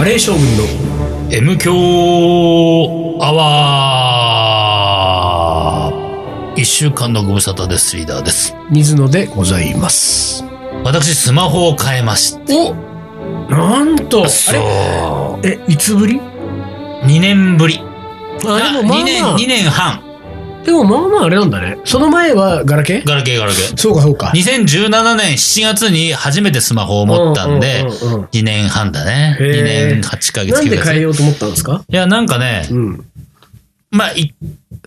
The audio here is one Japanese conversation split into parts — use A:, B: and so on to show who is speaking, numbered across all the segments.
A: 大将軍の
B: M 強アワー一週間のご無沙汰です、リーダーです。
A: 水野でございます。
B: 私、スマホを変えまし
A: おなんと、
B: た。
A: あ
B: そう
A: れ。え、いつぶり
B: 2年ぶり。
A: あ、でもまあ
B: 2
A: ま
B: 年、二年半。
A: あ、でもまあまああれなんだね。その前はガラケー
B: ガラケーガラケー。
A: そうかそうか。
B: 2017年7月に初めてスマホを持ったんで
A: う、ううんうん
B: 2年半だね。
A: へー
B: 2年8ヶ
A: な
B: 月
A: ん
B: 9
A: で
B: ヶ
A: 変え
B: 月。
A: ようと思ったんですか
B: いや、なんかね、
A: うん。
B: まあ、い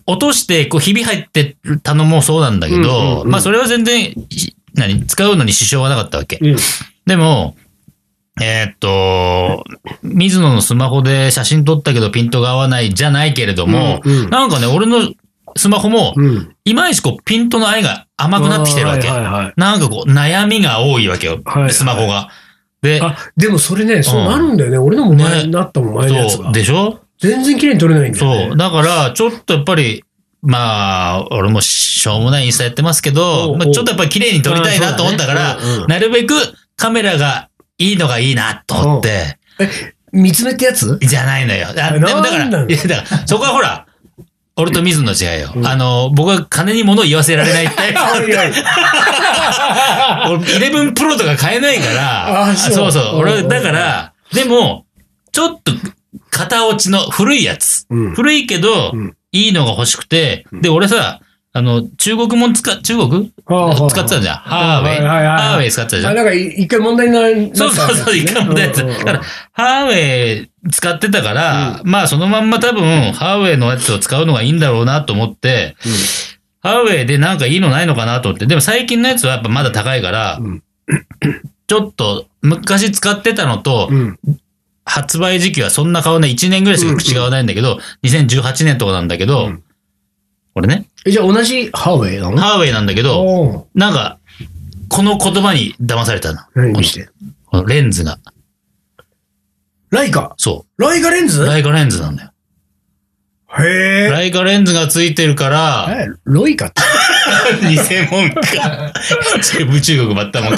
B: 落として、こう、ひび入ってたのもそうなんだけど、
A: うんうんうん
B: まあ、それは全然、ひ何使うのに支障はなかったわけ。
A: うん。
B: でも、えーっと、水野のスマホで写真撮ったけどピントが合わないじゃないけれども、
A: うんうん
B: なんかね、俺のスマホも、
A: うん。
B: いまいちこう、ピントの合いが甘くなってきてるわけ。
A: あーはいはいはい。
B: なんかこう、悩みが多いわけよ、
A: はいはい
B: スマホが。で、
A: あ、でもそれね、そうなるんだよね。俺のも前になったもん、前のやつ
B: そ
A: が
B: う、。でしょ
A: 全然綺麗に撮れないんだよね。
B: そう。だから、ちょっとやっぱり、まあ、俺もしょうもないインスタやってますけ
A: おうお
B: ど、
A: う
B: まあ、ちょっとやっぱり綺麗に撮りたいなと思ったから、
A: うんうんうん
B: なるべくカメラがいいのがいいなと思って、
A: 見つめってやつ
B: じゃ ないのよ。あ
A: あ
B: でもだか
A: な
B: ら、
A: んなの
B: いやだから、そこはほら、俺と水野の違いよ。
A: うん
B: あの、僕は金に物を言わせられないタイ プ
A: あ、
B: なん
A: い
B: で。
A: やいや
B: 俺、11 Pro とか買えないから。
A: あそう
B: そう
A: うん
B: 俺、だから、でも、ちょっと、型落ちの古いやつ。
A: うん。
B: 古いけど、
A: うん
B: いいのが欲しくて、
A: うん
B: で、俺さ、あの、中国も使っ、中国使ってたじゃん。ハーウェ
A: はい
B: イ。
A: はいはい
B: ハーウェイ使ってたじゃ
A: あ、
B: ん。
A: なんかい一回問題にななった
B: そうそうそう、
A: やつ
B: 一
A: ね
B: 回もないやつ。
A: うんうんう
B: だ
A: ん
B: から、ハーウェイ使ってたから、まあそのまんま多分、ハーウェイのやつを使うのがいいんだろうなと思って、ハーウェイでなんかいいのないのかなと思って、でも最近のやつはやっぱまだ高いから
A: うん、
B: ちょっと昔使ってたのと
A: う、ん。
B: 発売時期はそんな顔ね、1年ぐらいしか口が合わないんだけど、2018年とかなんだけ
A: う
B: ど
A: ん、
B: 俺ね、
A: え、じゃあ同じハーウェイなの
B: ハーウェイなんだけど、
A: おー
B: なんか、この言葉に騙されたの。
A: 何見して。
B: このレンズが。
A: ライカ
B: そ
A: ライカレンズ
B: う。ライカレンズなんだよ。
A: へ
B: ライカレンズがついてるから、
A: え。ロイカって。
B: 偽物か。中国ばったもんか。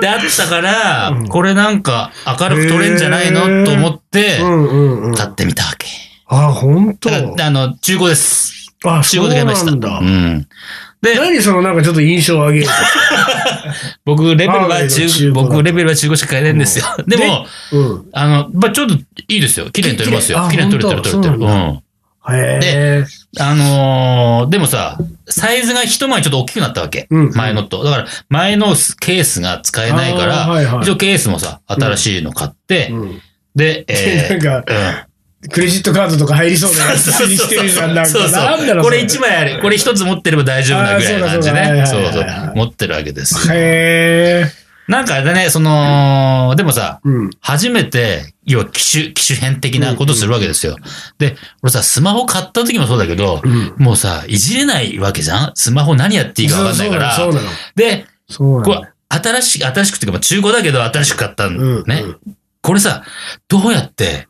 B: で、あったから、
A: うん
B: これなんか明るく撮れんじゃないのと思って、
A: んうんう
B: 買ってみたわけ。
A: あ、ほんと
B: だから、あの、中古です。
A: あ、
B: 中
A: そ
B: 古
A: う
B: で買いました。
A: な
B: うん
A: だ。
B: ん。で、
A: 何そのなんかちょっと印象を上げる。
B: 僕レベルは
A: ハーウェイ
B: 中
A: の中古だ
B: 僕レベルは中古しか買えないんですよ。でも、
A: うん。
B: あの、まあ、ちょっといいですよ。綺麗に撮れますよ。
A: き綺
B: 綺
A: 麗
B: 麗に
A: あ
B: 撮れてる、撮れてる。
A: 本
B: う
A: 当
B: ん。
A: へえ。
B: あのーでもさ、サイズが一枚ちょっと大きくなったわけ。
A: うん
B: 前のと。だから、前のケースが使えないか
A: あー
B: ら、
A: はいはい
B: 一応ケースもさ、新しいの買って、
A: うん
B: で、
A: な
B: え
A: ん
B: ー、
A: か、 クレジットカードとか入りそうなやつにしてるじゃん。なんか、
B: そう
A: なんだ
B: そ
A: ろ
B: う。
A: う。
B: これ一枚ある。これ一つ持ってれば大丈夫なぐらいの感じ
A: あー
B: ね。
A: そ
B: そうう
A: だそ
B: そう
A: だはいは
B: う
A: いはいはい。
B: 持ってるわけです。
A: へえ。
B: なんかね、その、でもさ、
A: うん。
B: 初めて、要は機種、機種変的なことするわけですよ。で、俺さ、スマホ買った時もそうだけど、
A: うん。
B: もうさ、いじれないわけじゃんスマホ何やっていいかわかんないから。
A: そうそうなの。
B: で、
A: そうなの。
B: これ、新しい、新しくっていうか、まあ中古だけど新しく買ったん
A: うん
B: ね。
A: うん
B: これさ、どうやって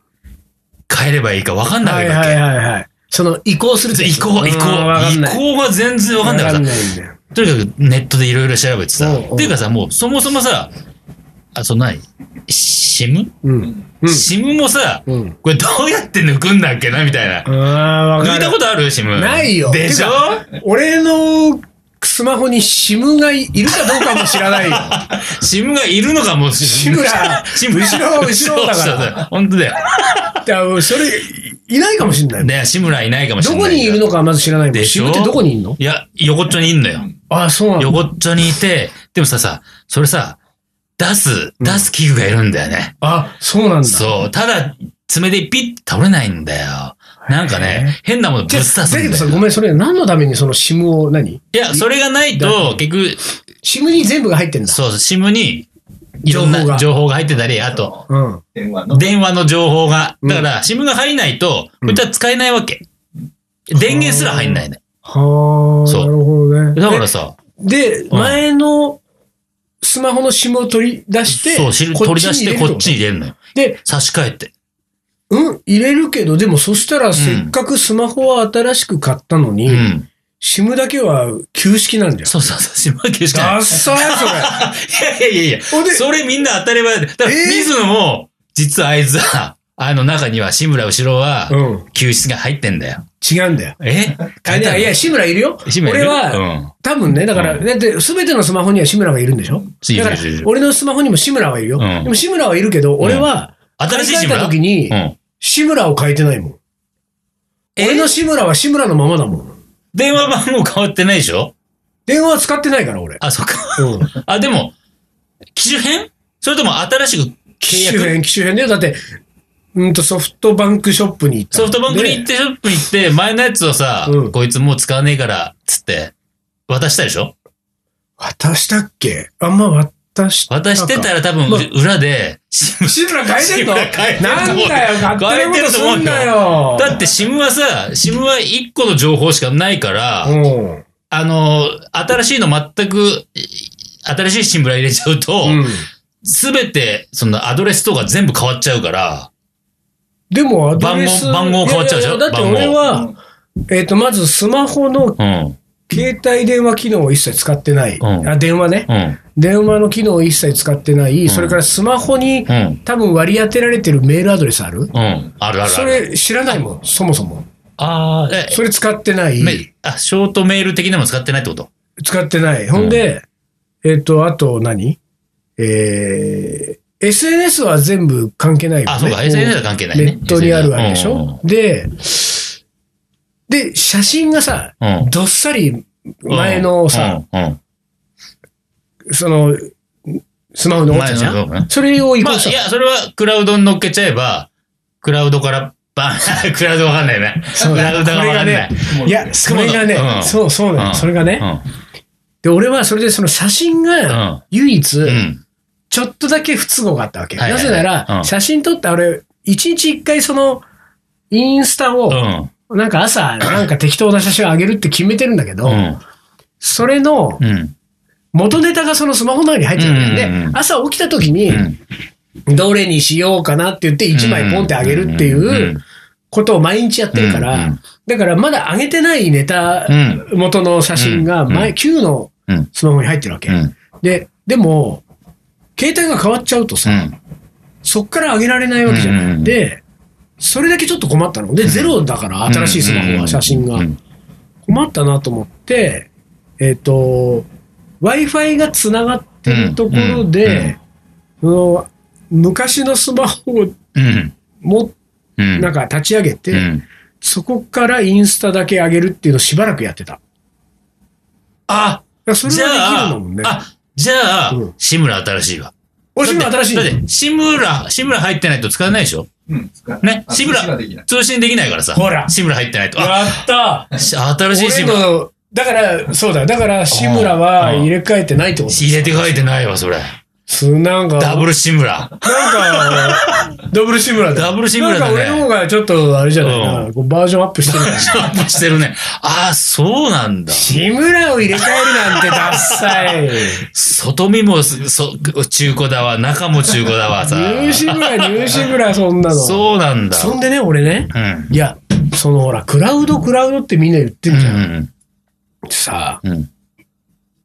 B: 変えればいいか分かんな
A: はいい
B: わ
A: はい
B: け。
A: はいはい。その移行するって
B: 移行、移行、移
A: うんわかんない。
B: 行が全然分かんないから
A: わん
B: さ、
A: だよ。
B: とにかくネットでいろいろ調べてさ、
A: おうおう
B: っていうかさ、もうそもそもさ、あ、その何シム
A: うん。
B: シムもさ、
A: うん。うん。
B: これどうやって抜くんだっけなみたいな。
A: ああ、わ
B: 抜
A: か
B: い
A: る
B: た。ことあるシム。
A: ないよ
B: でしてょ
A: 俺のスマホに SIM がいるかどうかも知ら ないよ。
B: シムがいるのかもしれない。
A: シムが後ろ後ろだから
B: そうそうそう本当だよ。
A: だからそれ、いないかもしれない。
B: ね、志村いないかもし
A: ど
B: れな
A: こ
B: い。
A: にいるのかはまず知らないもん。
B: でしょ
A: SIM ってどこにいるの
B: いや、横っちょにいんのよ。
A: ああ、そうなの
B: 横っちょにいて、でもさ、さ、それさ、出す、出す器具がいるんだよね。
A: あ、そうなんだ。
B: そう。ただ、爪でピッて倒れないんだよ。なんかね、変なものぶ
A: じ
B: っ
A: ゃ
B: 刺す
A: あだけど
B: んだ
A: さ、
B: よ。
A: ごめん、それ何のためにその SIM を何
B: いや、それがないと、結局、
A: ?SIM に全部が入ってんだ。
B: そう、シムに、いろん
A: 情報が
B: な情報が入ってたり、あと、
A: うん。
C: 電話の。
B: 電話の情報が。
A: うん
B: だから、シムが入んないと、
A: うん
B: こいつは使えないわけ。電源すら入んないね。
A: はあ、
B: そ
A: な
B: う
A: るほどね。
B: だからさ、
A: で、
B: うん
A: 前のスマホの SIM を取り出して、
B: そう、し
A: こっ
B: 取り
A: ち
B: 出
A: に
B: し
A: 入れ
B: て
A: る
B: こっちに入れるのよ。
A: で、
B: 差し替えて。
A: うん、入れるけど、でもそしたらせっかくスマホは新しく買ったのに、
B: うん。
A: SIM だけは旧式なんじゃん。
B: そうそうそう、島家しかない
A: ダッサーそれ。
B: いやいやいやい
A: ほんで
B: や、それみんな当たり前だ。だから、
A: えー
B: 水野も、実はあいつは、 あの中には志村後ろは、
A: うん。
B: 救出が入ってんだよ。
A: 違うんだよ。
B: え
A: あいや、いや、志村いるよ。
B: 志村い
A: 俺
B: る
A: は、
B: うん
A: 多分ね、だから、
B: うん
A: だって、すべてのスマホには志村がいるんでしょ
B: いる
A: だから
B: いるいる、
A: 俺のスマホにも志村はいるよ。
B: うん
A: でも志村はいるけど、俺は、
B: 新しい
A: 買い替
B: 志
A: え
B: 村
A: た時に
B: う、ん。
A: 志村を変えてないもん。
B: え
A: 俺の志村は志村のままだもん。
B: 電話番号変わってないでしょ
A: 電話は使ってないから、俺。
B: あ、そっか。
A: うん。
B: あ、でも、機種変それとも新しく契
A: 機種
B: 約
A: 変、機種変だよ。だって、うんと、ソフトバンクショップに行った。
B: ソフトバンクに行ってショップに行って、前のやつをさ、
A: うん
B: こいつもう使わねえから、つって、渡したでしょ
A: 渡したっけあんま渡したか。
B: 渡してたら多分、
A: まあ
B: 裏で、
A: 志村変えてんの
B: 志村変えてんの
A: なんだよ、勝手なことすんなよ。
B: だってシムはさ、シムは1個の情報しかないから、
A: うん。
B: あの、新しいの全く、い新しいシムラ入れちゃうと、
A: うん。
B: すべて、そのアドレスとか全部変わっちゃうから、
A: でもアドレス、
B: 番号番号変わっちゃうでしょ
A: いやいやだって俺は、えっ、と、まずスマホの
B: うん、
A: 携帯電話機能を一切使ってない。
B: うん
A: あ電話ね。
B: うん、
A: 電話の機能を一切使ってない。
B: ん
A: それからスマホに
B: うん、
A: 多分割り当てられてるメールアドレスある
B: うん、あるあるある。
A: それ知らないもん、そもそも。
B: ああ、え、
A: それ使ってない。
B: めあ、ショートメール的なの使ってないってこと
A: 使ってない。ほんで、えっ、と、あと何えー、SNS は全部関係ないよね。
B: あ、そうか、SNS は関係ない
A: ネ
B: ね。
A: ットにあるわけでしょ、
B: う
A: で、で、写真がさ、
B: んうん
A: どっさり
B: うん
A: 前のさ、、
B: うんうん
A: その、スマホの落ちじゃ
B: 前のそうね
A: ん。それを移
B: ま
A: 行
B: あ、
A: した
B: い。や、それはクラウドに乗っけちゃえば、クラウドから、バン、 クラウドわかんないね。
A: そう
B: ク
A: だ
B: ラウドがわかんない。
A: いや、それがね
B: う、ん
A: そうそうな
B: う
A: の、
B: ん
A: それがね。で、俺はそれでその写真が
B: うん。
A: 唯一
B: う、ん。
A: ちょっとだけ不都合があったわけ。
B: はい
A: な
B: はい
A: ぜなら
B: う、ん
A: 写真撮って俺、一日一回その、インスタ
B: う
A: を、
B: ん。
A: なんか朝、なんか適当な写真を上げるって決めてるんだけど
B: う、ん。
A: それの、
B: うん。
A: 元ネタがそのスマホの中に入ってるんだよ
B: うんうん
A: ね
B: う。ん
A: 朝起きた時に
B: う、ん
A: どれにしようかなって言って1枚ポンってあげるってい
B: ん
A: うことを毎日やってるか
B: うんう
A: ら
B: ん、
A: だからまだ上げてないネタ
B: う、ん。
A: 元の写真が
B: うん
A: 前、旧の
B: うん
A: スマホに入ってるわけ
B: う。ん。
A: で、でも、携帯が変わっちゃうと
B: う
A: さ、
B: ん。
A: そっから上げられないわけじゃ
B: うんうん
A: な
B: う
A: い。
B: ん
A: で、それだけちょっと困ったの。で、ゼロだから、新しいスマホは写真が
B: う。ん
A: 困ったなと思って、えっ、と、Wi-Fi がつながってるところで、その昔のスマホを
B: うん。
A: も、
B: うん。
A: なんか立ち上げて、
B: うん
A: そこからインスタだけ上げるっていうのをしばらくやってた。
B: あ、
A: いやそれ
B: じゃ
A: はできる
B: あ
A: のもんね、。
B: あ、じゃあ
A: うん、
B: 志村新しいわ。
A: おし新しい
B: だって、だって志村、志村入ってないと使えないでしょ
C: うん。使う
B: ね
C: あ
B: 志村
C: 通信ができない
B: 通信できないからさ。
A: ほら
B: 志村入ってないと。あ、
A: やった
B: し新しい志
A: 俺
B: 村。
A: の、だから、そうだ、だから、志村は入れ替えてないってこと。
B: 入れて書いてないわ、それ。
A: すなんか、
B: ダブル志村。
A: なん か、ダブル志村だ。
B: ダブル志村だね
A: なんか俺の方がちょっと、あれじゃないな、
B: う
A: こうバージョンアップしてるから。
B: シャープしてるね。ああ、そうなんだ。
A: 志村を入れ替えるなんてダッサい。
B: 外見もすそ中古だわ、中も中古だわ、さ。
A: 入志村、入志村、そんなの。
B: そうなんだ。
A: そんでね、俺ね、
B: うん。
A: いや、そのほら、クラウド、クラウドってみんな言って
B: うんん
A: じゃん。
B: うん
A: さあ、
B: うん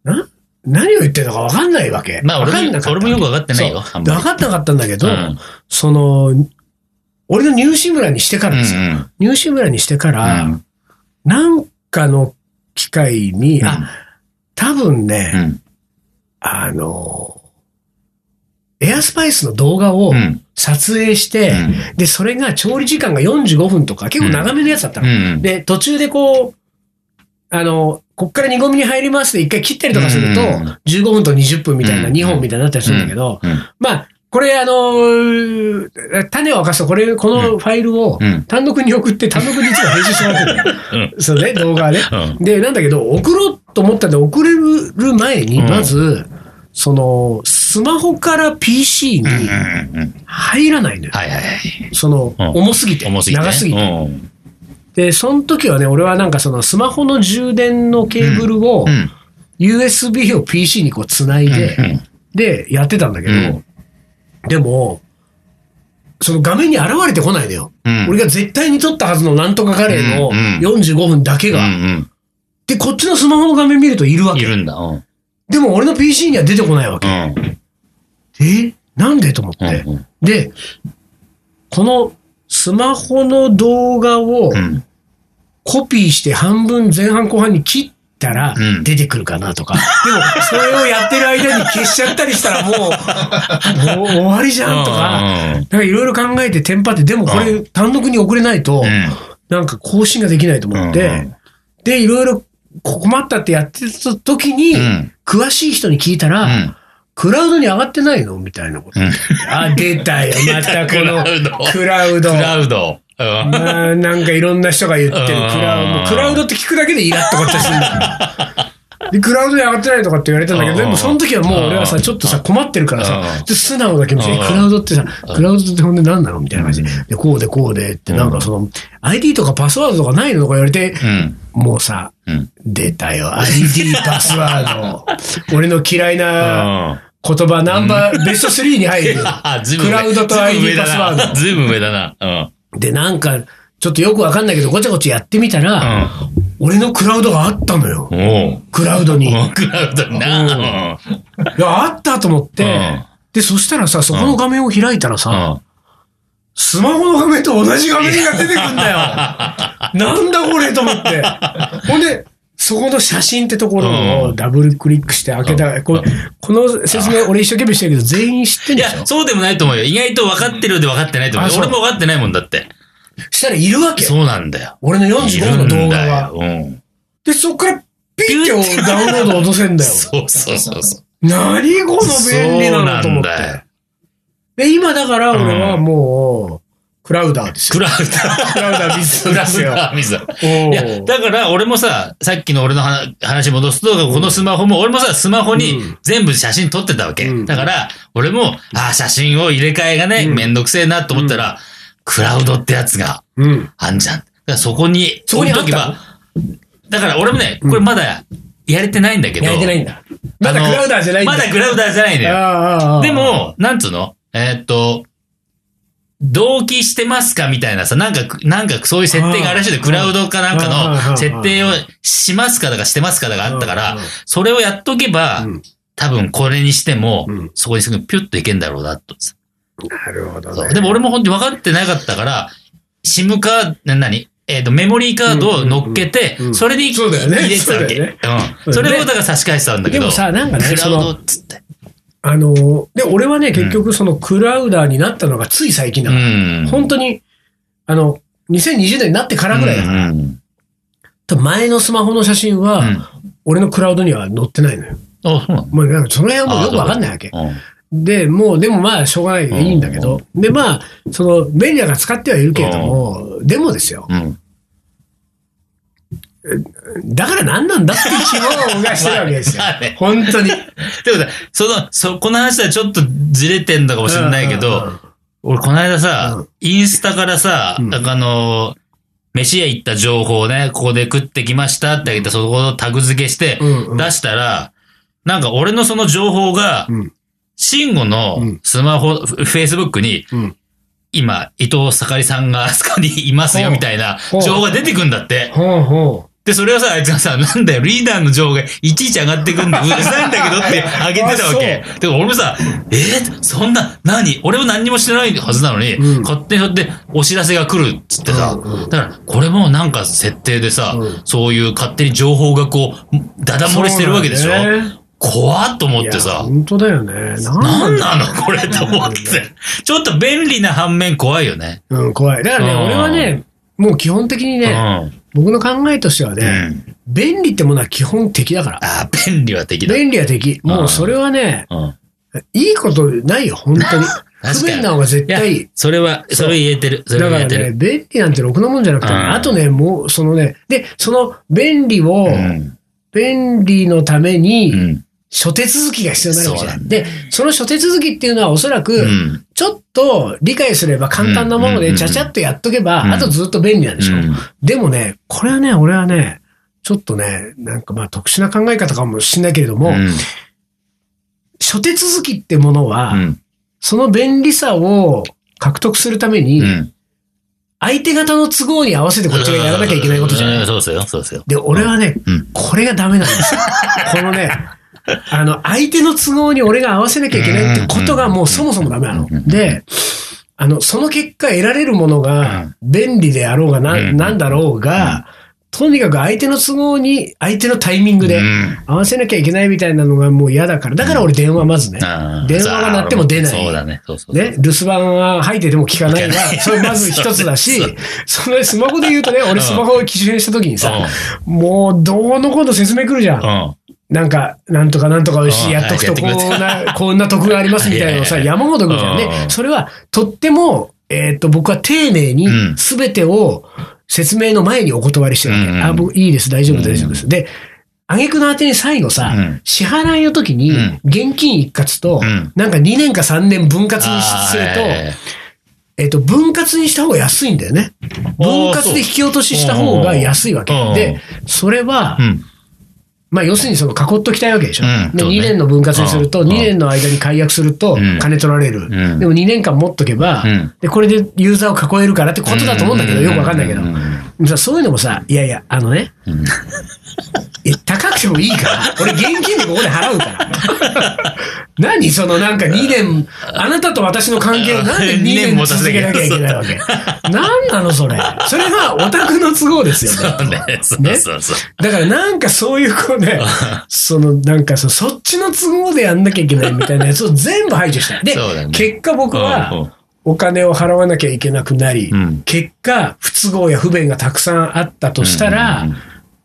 B: うん。
A: 何を言ってるのか分かんないわけ。
B: まあ、
A: 分か
B: 俺
A: ん
B: も
A: なかった
B: 俺もよくわかってないよ、あん
A: 分
B: ま
A: かったかったんだけど、
B: うん
A: その、俺の入志村にしてか
B: り。
A: らですよ。
B: うん
A: 入志村にしてから、
B: うん
A: なんかの機会に、
B: うん
A: あ、多分ね、
B: うん
A: あの、エアスパイスの動画を
B: うん
A: 撮影して、で、それが調理時間が45分とか、結構長めのやつだった
B: う
A: の。
B: ん
A: で、途中でこう、あの、こっから煮込みに入りますで一回切ったりとかすると、
B: うんうん
A: 15分と20分みたいな、
B: うん
A: 2本みたいになったりするんだけど、
B: うん
A: まあ、これあのー、種を明かすと、これ、このファイルを
B: うん
A: 単独に送って、単独に実は編集してもらってるのよそうね、動画ね。
B: うん
A: で、なんだけど、送ろうと思ったんで、送れる前に、
B: うん
A: まず、その、スマホから PC に
B: うんうんうん
A: 入らないのよ。
B: はいはいはい。
A: その、
B: うん
A: 重すぎて。
B: 重すぎてね。
A: 長すぎて。
B: うん
A: で、その時はね、俺はなんかその、スマホの充電のケーブルを
B: う、ん
A: USB を PC にこう、つないで、
B: うん
A: で、やってたんだけど、
B: うん
A: でも、その画面に現れてこないのよ。
B: うん
A: 俺が絶対に撮ったはずのなんとかカレーの
B: うんうん
A: 45分だけ
B: う
A: が、
B: ん
A: で、こっちのスマホの画面見るといるわ
B: うんい
A: け。
B: るんだ。うん
A: でも俺の PC には出てこないわ
B: う
A: け。
B: ん
A: えなんでと思って。
B: うんうん
A: で、このスマホの動画を
B: うん。
A: コピーして半分前半後半に切ったら
B: うん
A: 出てくるかなとか。でも、それをやってる間に消しちゃったりしたらもう、 もう終わりじゃんとか。
B: うん
A: なんかいろいろ考えてテンパって、でもこれ単独に送れないと、なんか更新ができないと思っ
B: うんう
A: て、で、いろいろ困ったってやってた時に
B: うん。う、ん。
A: 詳しい人に聞いた
B: う
A: ら、
B: ん。
A: クラウドに上がってないのみたいなこと
B: う。ん
A: あ、出たよ、またこ のク
B: ク
A: ラウド。
B: ラウド。うん
A: まあ、なんかいろんな人が言ってる。クラウド
B: う。ん
A: クラウドって聞くだけでイラッとこっちゃするんだ よで、クラウドに上がってないとかって言われたんだけど、でもその時はもう俺はさ、ちょっとさ、困ってるから
B: う
A: さ
B: ん、
A: で素直な気持ちで、
B: うん
A: クラウドってさ、クラウドってほんで何なのみたいな感じで、でこうでこうでって、なんかその、ID とかパスワードとかないのとか言われて、
B: うん。
A: もうさ、
B: うん。
A: 出たよ、ID パスワー ド。俺の嫌いな
B: あ
A: 言葉、ナンバー、ベスト3に入る。
B: あ、 ずいぶん
A: クラウドと ID パスワード
B: ずいぶん上だな。うん。
A: で、なんか、ちょっとよくわかんないけど、ごちゃごちゃやってみたら、俺のクラウドがあったのよ。
B: お
A: クラウドに。い
B: お。クラウドにな。うん。
A: や、あったと思っ
B: うん
A: て、で、そしたらさ、そこの画面を開いたらさ、
B: うん
A: スマホの画面と同じ画面が出てくん だよ。なんだこれと思って。ほんで、そこの写真ってところ
B: う
A: を
B: ん
A: ダブルクリックして開けたら、これこの説明俺一生懸命してるけど、全員知ってん
B: い
A: でしょ
B: や、そうでもないと思うよ。意外と分かってるようで分かってないと思う
A: あ
B: よ。
A: そう
B: 俺も分かってないもんだって。
A: したらいるわけ。
B: そうなんだよ。
A: 俺の45の動画
B: い
A: は。
B: るんだよ。うん。
A: で、そっからピッてダウンロード落とせん だよ。
B: そうそうそうそう。
A: 何この便利なのと思っ
B: そうなんだよ
A: て。で、今だから俺はもう、クラウダーですよ。
B: クラウド。
A: クラウダー水
B: クラ
A: です
B: ウ
A: よ。
B: ダー水だ。
A: おう
B: いや、だから俺もさ、さっきの俺の話話戻すと、このスマホも、俺もさ、スマホに
A: うん
B: 全部写真撮ってたわけ。
A: うん
B: だから、俺も、ああ、写真を入れ替えがね、
A: うん
B: めんどくせえなと思ったら、クラウドってやつが
A: うん。
B: あんじゃん。だからそこに、
A: そこにあった
B: 置いとけばだから俺もね、
A: うん
B: これまだやれてないんだけど。
A: 焼いてないんだ。まだ
B: あの
A: クラウダーじゃないんだ。
B: まだクラウダーじゃないのよ。
A: ああああ
B: で、も、なんつうのえーっと、同期してますかみたいなさ、なんか、なんかそういう設定があるらしいで、
A: あー
B: クラウドかなん
A: あー
B: か
A: あー
B: の設定をしますかだかしてますかだかあったから、それをやっとけば
A: う、ん
B: 多分これにしても
A: うん、
B: そこにすぐピュッといけんだろうな、と。
A: なるほど
B: そう
A: ね。
B: でも俺も本当に分かってなかったから、SIM カード、なにえっ、と、メモリーカードを乗っけて
A: うんうんう、ん
B: それに
A: そ
B: 入
A: うだよね
B: れてたわ
A: そ
B: け。
A: うだよね
B: うん。
A: そ
B: そう
A: だよね
B: れをだから差し替えてたんだけど。
A: でもさなんかね
B: クラウドっつって。
A: あのー、で、俺はね、結局そのクラウダーになったのがつい最近
B: う
A: だから。
B: ん。
A: 本当に、あの、2020年になってからぐらいだから。
B: うんうん
A: 多分前のスマホの写真
B: うん
A: は、俺のクラウドには載ってないのよ。
B: あ、そうなの
A: まあ、なんかその辺はもうよくわかんないわけ。で、もう、でもまあ、しょうがないでいいんだけど、で、まあ、その、便利だから使ってはいるけれども、でもですよ、
B: うん。うん。
A: だから何なんだっていう希望がしてるわけですよ
B: まあね。
A: 本当に。
B: でもさ、その、そ、この話はちょっとずれてんだかもしれないけ
A: うんうんう
B: ど
A: ん、
B: 俺この間
A: う
B: さ、インスタからさ、
A: うん
B: なんかあの、飯屋行った情報をね、ここで食ってきましたって言って、そこをタグ付けして
A: うんうん
B: 出したら、なんか俺のその情報が
A: うん、
B: 慎吾の
A: うん
B: スマホ、フェイスブックに、
A: うん
B: 今、伊藤さかりさんがあそこにいますよみたいな
A: ほう
B: 情報が出てくんだって。
A: ほうほう。
B: で、それはさ、あいつがさ、なんだよ、リーダーの情報がいちいち上がってくんだ、うるさいんだけどって上げてたわけ。で、俺もさ、えー、そんな、何俺も何にもしてないはずなのに、
A: うん
B: 勝手にそうやってお知らせが来るっつってさ、
A: うんうん
B: だから、これもなんか設定でさ、
A: うん
B: そういう勝手に情報がこう、ダダ漏れしてるわけでし
A: そ
B: ょ、
A: うなんだよね
B: 怖っと思っ
A: いや
B: てさ、
A: 本当だよね。な
B: なん
A: ん
B: なのこれと思って。ちょっと便利な反面怖いよね。
A: うん、怖い。だからね、
B: うん
A: 俺はね、もう基本的に
B: うん。
A: ね、僕の考えとしては
B: う
A: ね、
B: ん。
A: 便利ってものは基本的だから。
B: あー便利は敵だ。
A: 便利は敵。もうそれはね、
B: うん。
A: いいことないよ、 本当に。不便な方が絶
B: いや
A: 対いい。、
B: それは、それ言えてる。そ
A: だ
B: れ
A: か
B: は言
A: らね、
B: えてる。
A: 便利なんてろくなもんじゃなくて、ね
B: うん
A: あとね、もう、そのね、で、その便利を、
B: うん
A: 便利のために、
B: うん。
A: 諸手続きが必要になるわけじゃ。
B: そうなん
A: で、その諸手続きっていうのはおそらく、
B: うん。
A: ちょっと理解すれば簡単なもの
B: う
A: で、
B: ん
A: ちゃちゃっとやっとけば、
B: うん
A: あとずっと便利なんでしょ、
B: うん
A: でもね、これはね、俺はね、ちょっとね、なんかまあ特殊な考え方かもしれないけれども、
B: うん
A: 諸手続きってものは、
B: うん
A: その便利さを獲得するために、
B: うん
A: 相手方の都合に合わせてこっちがやらなきゃいけないことじゃ
B: う
A: なんい。
B: そうですよ、そうですよ。
A: で、俺はね、
B: うん
A: これがダメなん ですよ。このね、あの、相手の都合に俺が合わせなきゃいけないってことがもうそもそもダメなの
B: うん。
A: で、あの、その結果得られるもの
B: う
A: が、便利であろうがな、
B: うん
A: なんだろうが、とにかく相手の都合に、相手のタイミングで
B: うん
A: 合わせなきゃいけないみたいなのがもう嫌だから、だから俺電話まずね。
B: あー
A: 電話が鳴っても出ない
B: そうだね。そうそうそう
A: ね、留守番は吐いてても聞かないが
B: 聞かない、
A: それまず一つだし
B: そう、
A: そのスマホで言うとね、俺スマホを機種変した時にさ、
B: う
A: もうどうのこうの説明来るじゃん。
B: んうん
A: なんか、なんとかなんとか美味し
B: うん
A: い、やっとくとこ
B: はいや
A: ん
B: ってくれ
A: な、こ んな得がありますみたいなのをさ、
B: いやいや
A: 山ほど来るじゃん
B: う
A: ね。
B: ん
A: それは、とっても、えっと、僕は丁寧に
B: うん、
A: すべてを説明の前にお断りしてるわけ
B: うんうん
A: あ、僕いいです、大丈夫です、大丈夫です。で、挙句の果てに最後さ
B: うん、
A: 支払いの時に
B: うん、
A: 現金一括と
B: うん、
A: なんか2年か3年分割に
B: あー
A: する
B: はいはいは
A: と、
B: い
A: えっと、分割にした方が安いんだよね。分割で引き落としした方が安いわけ
B: うんうんう。ん
A: で、それは
B: う、ん。
A: まあ、要するにその囲っときたいわけでしょ。
B: うん
A: で
B: そうね
A: 2年の分割にすると、
B: うん
A: 2年の間に解約すると
B: うん、
A: 金取られる。
B: ん
A: でも2年間持っとけば、
B: うん
A: で、これでユーザーを囲えるからってことだと思うんだけど、よくわかんないけど。
B: う
A: で
B: ん
A: もさ、そういうのもさ、いやいや、あのね、
B: うん
A: いや高くてもいいから、俺現金でここで払うから。何そのなんか2年、あなたと私の関係をなんで2
B: 2年
A: 年
B: も
A: 続けなきゃいけないわけ。何なのそれ。それはオタクの都合ですよね。
B: そうね。そうそうそう。
A: だからなんかそういうこう ね、そのなんかそそっちの都合でやんなきゃいけないみたいなやつを 全部排除した。で、
B: そうだね
A: 結果僕
B: うんうん
A: はお金を払わなきゃいけなくなり、
B: うん
A: 結果不都合や不便がたくさんあったとしたら、
B: うんうんうん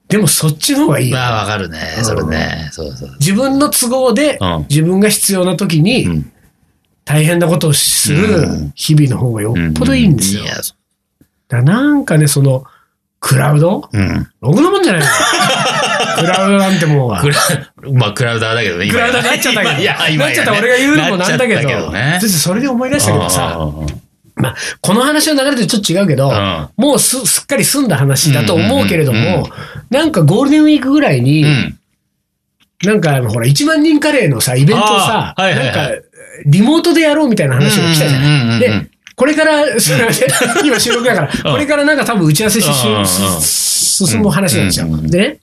A: でもそっちの方がいいよ。
B: まあ、わかるね。それね。そうそう。
A: 自分の都合で
B: うん
A: 自分が必要な時
B: う
A: に
B: ん
A: 大変なことをす
B: う
A: る日々の方がよっぽどいいんですよ。
B: うい
A: だか
B: やそ
A: らなんかね、そのクラウド
B: ううん。
A: ろくなもんじゃな いのクラウドなんてもうは
B: クラ、まあ、クラウダーだけどね。
A: ク
B: 今
A: ラウ
B: や
A: ドになっちゃったけど、
B: いや、今やね
A: なっちゃった俺が言うのもなんだけ
B: なっ
A: ど、
B: ちゃったね
A: そ。してそれで思い出したけどさ、
B: うんうんうん
A: まあ、この話の流れとちょっと違うけど、
B: うん
A: もうすすっかり済んだ話だと思うけれども、
B: うんうんうんうん
A: なんかゴールデンウィークぐらいに、
B: うん。
A: なんかあのほら、1万人カレーのさ、イベントをさ、
B: あーはいはいはい
A: なんか、リモートでやろうみたいな話が来たじゃ
B: うんうんうんう
A: なんい。で、これから、それはね今収録だから、これからなんか多分打ち合わせし
B: うんうんうん
A: し進む話なんですよ。
B: うんうんうん
A: でね、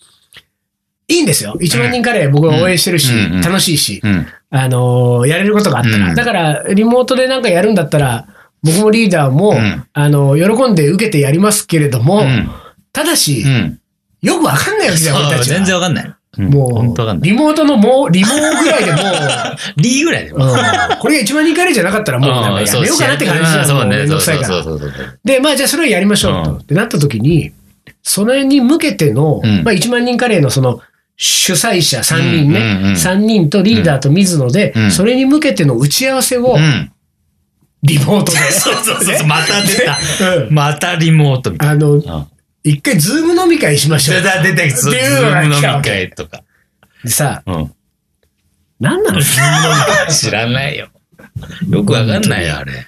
A: いいんですよ。1万人カレー僕は応援してるし、
B: うんうん
A: 楽しいし、
B: うん。
A: あのーやれることがあったら。
B: うん
A: だから、リモートでなんかやるんだったら、僕もリーダーも、
B: うん
A: あのー喜んで受けてやりますけれども、
B: うん
A: ただし、
B: うん。
A: よくわかんないわけじゃん、俺
B: そ
A: た
B: う
A: ちは。
B: 全然わかんない。ん
A: も
B: 本当わか
A: う、
B: んない。
A: リモートのもう、リモーぐらいでもう、
B: リーぐらいで
A: うんこれが一番人気あるじゃなかったらもうなんかやめようかなって感じじゃん。
B: そ
A: も
B: う
A: うめ
B: ね。
A: んど
B: そう
A: くさ
B: そ
A: いうか
B: そう
A: ら。
B: そうそう。
A: で、まあじゃあそれをやりましょうと。
B: うん
A: ってなった時に、それに向けての、
B: うん
A: まあ1万人カレーのその、主催者3人
B: うんうんう
A: ね、
B: ん
A: 三3人とリーダーと水野で、
B: うん
A: それに向けての打ち合わせを
B: うん。
A: リモートで。
B: そうそうそう。また出た。
A: うん
B: またリモートみたい
A: あの、
B: な。うん
A: 一回ズーム飲み会しましょ
B: 出た出た、ズ
A: っていうのが
B: ーム
A: 来た
B: 飲
A: わ
B: み
A: け
B: 会とか。
A: う。さ、
B: うん。
A: 何なの
B: 知らないよ。よくわかんないよ、あれ。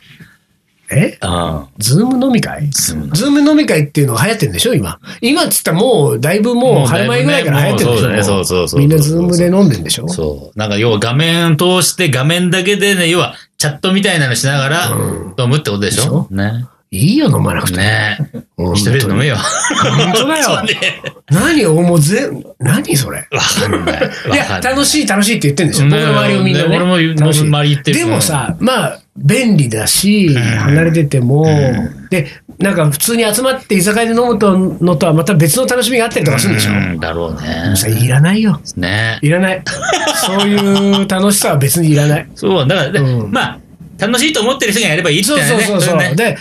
A: え
B: あ
A: ズーム飲み会
B: ズーム飲み
A: ズーム飲み会っていうのが流行ってるんでしょ今。今っつったらもう、だいぶもう春前ぐらいから流行ってるんでしょ
B: もうだいぶねもうそうだねそうそうそう
A: みんなズームで飲んでんでしょ
B: あ。そう。なんか要は画面を通して画面だけでね、要はチャットみたいなのしながら飲むってことでしょね。
A: いいよ、飲まなくて。
B: ね
A: 本
B: 一
A: 当
B: 人
A: に
B: で飲めよ。
A: 本当だ
B: そう
A: よ。
B: ね
A: 何をもうぜ、何それ。
B: わかんない。
A: いや、楽しい楽しいって言ってるんでしょ僕の周りをみんなね。
B: ね俺も言う
A: 楽しい
B: 俺も周り言ってる
A: でもさ、まあ、便利だし、離れてても、で、なんか普通に集まって居酒屋で飲むとのとはまた別の楽しみがあったりとかするんでしょ、
B: うんだろうね。
A: さいらないよ。
B: ね
A: いらない。そういう楽しさは別にいらない。
B: そう、だから、で
A: うん
B: まあ、楽しいと思ってる人がやればいいってね。
A: そうそうそうそう
B: れね
A: で